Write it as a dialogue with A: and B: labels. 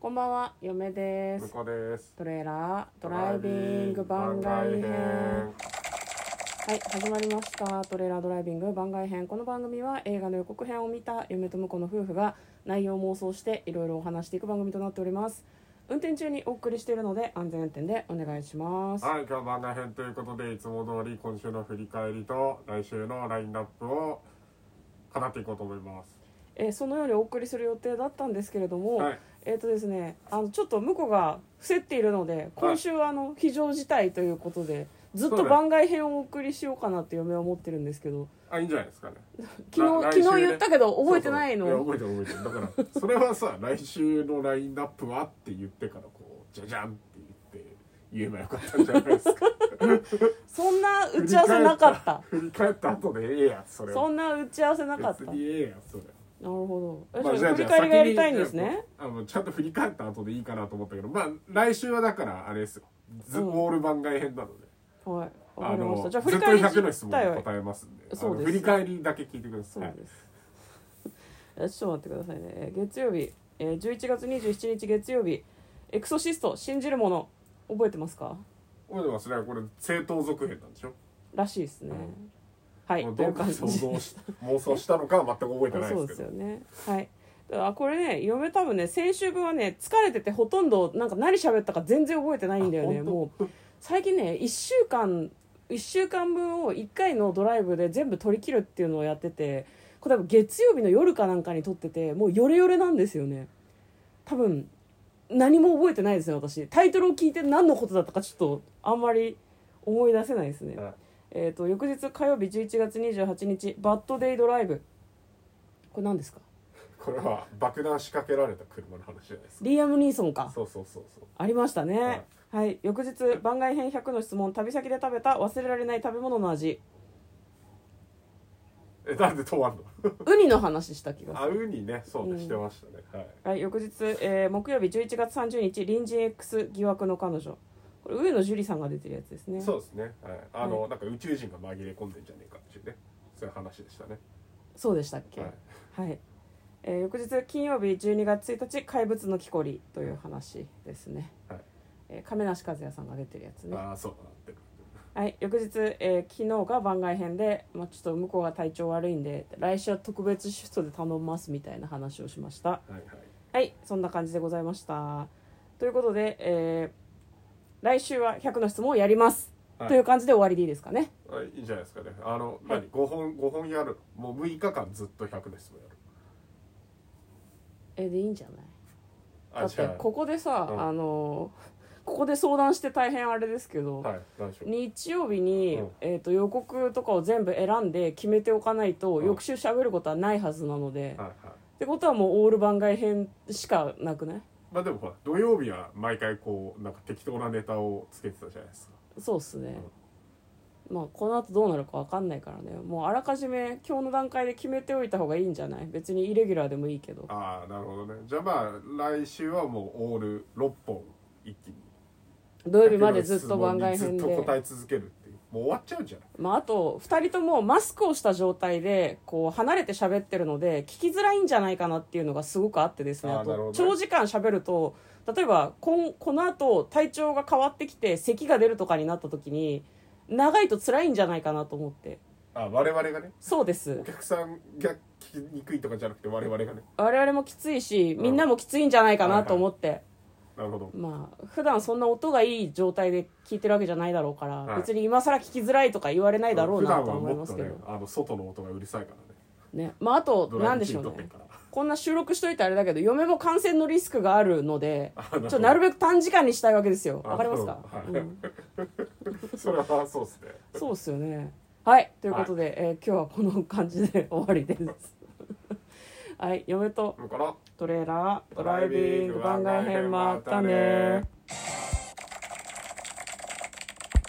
A: こんばんは、嫁で
B: 向
A: す。
B: こうです
A: トレーラードライビング番外編。はい、始まりました。トレーラードライビング番外編。この番組は映画の予告編を見た嫁と婿の夫婦が内容を妄想していろいろお話していく番組となっております。運転中にお送りしているので安全運転でお願いします。
B: はい今日は番外編ということでいつも通り今週の振り返りと来週のラインナップを語っていこうと思います
A: えーそのようにお送りする予定だったんですけれども、
B: はい
A: えっ、とですね、あのちょっと婿が伏せっているので、今週はあの非常事態ということで、ずっ
B: そ
A: と
B: うだ
A: 番外編をお送りしようかなって嫁は思ってるんですけど、
B: あいいんじゃないですかね
A: 昨
B: ら
A: 日
B: 来週ね
A: 昨日言ったけど覚えてないの。
B: そうそういや覚えてる覚えてるだからそれはさ来週のラインナップはって言ってからこうじゃじゃんって言って言えばよかったんじゃないですか
A: そんな打ち合わせなかった。
B: 振り返った後でええやんそれは
A: そんな打ち合わせなかった。な
B: 別に
A: る
B: ええやんそれ
A: ほど。え、
B: まあ
A: じゃあ振
B: じ
A: り
B: ゃあ
A: 返りがやりたいん
B: 先に
A: ですね。
B: あのちゃんと振り返った後でいいかなと思ったけどまあ来週はだからあれですよず、
A: うん
B: オール番外編なので
A: はい。わか
B: あ
A: りました。じ
B: のず
A: ゃあ
B: っ
A: 振
B: と
A: り返り
B: 100の質
A: 自
B: 問
A: 体は
B: に。答えますんであ
A: そう
B: の
A: です
B: 振り返りだけ聞いてくだ
A: そ
B: さ
A: う
B: い、
A: です。 えちょっと待ってくださいね。え月曜日、えー、11月27日月曜日、エクソシスト、信じるもの、覚えてますか
B: 覚えてますねこれ正当続編なんでしょ、
A: らしいですね。はい
B: もう、
A: とい
B: ど
A: う
B: うか
A: 感じ
B: 想像し妄想したのかは全く覚えてないで
A: そう
B: す
A: で
B: け
A: すよ
B: ど
A: ねはいだからこれね嫁多分ね先週分はね疲れててほとんどなんか何喋ったか全然覚えてないんだよね
B: あ本当
A: もう最近ね1週間1週間分を1回のドライブで全部取り切るっていうのをやっててこれ多分月曜日の夜かなんかに撮っててもうヨレヨレなんですよね多分何も覚えてないですね私タイトルを聞いて何のことだったかちょっとあんまり思い出せないですね、
B: はい
A: えっ、と翌日火曜日11月28日バッドデイドライブこれ何ですか
B: これは爆弾仕掛けられた車の話じゃないですか
A: リーアム・ニーソンか
B: そうそうそうそう
A: ありましたね
B: はい
A: はい、翌日番外編100の質問旅先で食べた忘れられない食べ物の味
B: えなんで止まんの
A: ウニの話した気がす
B: あ
A: る
B: うにねそ
A: う
B: うね
A: ん
B: してましたね、はい
A: はい、翌日、えー木曜日11月30日隣人 X 疑惑の彼女これ上野樹里さんが出てるやつですね
B: そうですね、はい、あの、
A: は
B: なんか宇宙人が紛れ込んでんじゃねえかっていうねそういう話でしたね、
A: そうでしたっけ
B: は
A: はいい、えー翌日金曜日12月1日怪物の木こりという話ですね、
B: はい
A: えー亀梨和也さんが出てるやつね
B: ああそうなってる
A: はい、翌日、えー昨日が番外編で、まあ、ちょっと向こうが体調悪いんで来週は特別シフトで頼みますみたいな話をしました
B: はいはい
A: はいそんな感じでございましたということで、えー来週は100の質問をやります、
B: はい
A: という感じで終わりでいいですかね
B: あいいんじゃないですかねあの、何5本五本やるもう6日間ずっと100ですもやる
A: えーでいいんじゃないだ
B: あ
A: ってここでさ、
B: うん
A: あのーここで相談して大変あれですけど、
B: はい何でしょう
A: 日曜日に、
B: うん
A: えー、と予告とかを全部選んで決めておかないと、
B: うん
A: 翌週喋ることはないはずなので、
B: はいはい
A: ってことはもうオール番外編しかなくない
B: まあでもほら土曜日は毎回こうなんか適当なネタをつけてたじゃないですか
A: そうっすね、まあこの後どうなるか分かんないからねもうあらかじめ今日の段階で決めておいた方がいいんじゃない別にイレギュラーでもいいけど
B: ああなるほどねじゃあまあ来週はもうオール6本一気に
A: 土曜日までずっと番外編
B: ずっと
A: で、
B: 答え続けるっていうもう終わっちゃうんじゃない
A: まあ、あと2人ともマスクをした状態でこう離れて喋ってるので聞きづらいんじゃないかなっていうのがすごくあってですね
B: あー
A: あ
B: なるほ
A: と
B: どね
A: 長時間喋ると例えばこんこの後体調が変わってきて咳が出るとかになった時に長いと辛いんじゃないかなと思って
B: あ我々がね
A: そうです
B: お客さんが聞きにくいとかじゃなくて我々がね
A: 我々もきついしみんなもきついんじゃないかなと思って、
B: なるほど
A: まあ普段そんな音がいい状態で聞いてるわけじゃないだろうから、
B: はい
A: 別に今更聞きづらいとか言われないだろう
B: 普
A: な
B: 段
A: と
B: は
A: は思い
B: も
A: ま
B: っ
A: す
B: と
A: けど
B: ねあの外の音がうるさいからね
A: ねまああと
B: ドラ
A: 何
B: イブ
A: で
B: チ
A: し
B: ー
A: ょ
B: ム
A: う
B: 撮って
A: ね
B: るから
A: こんな収録しといてあれだけど嫁も感染のリスクがあるので
B: あ
A: ち
B: な
A: ょっ
B: るほど
A: となるべく短時間にしたいわけですよ
B: あ
A: わかりますか、
B: なるほ
A: う
B: ど
A: ん
B: それはそうですね
A: そうっすよねはいということで、えー今日はこの感じで終わりですはい嫁と
B: だから
A: トレーラードライビング番外編もあったね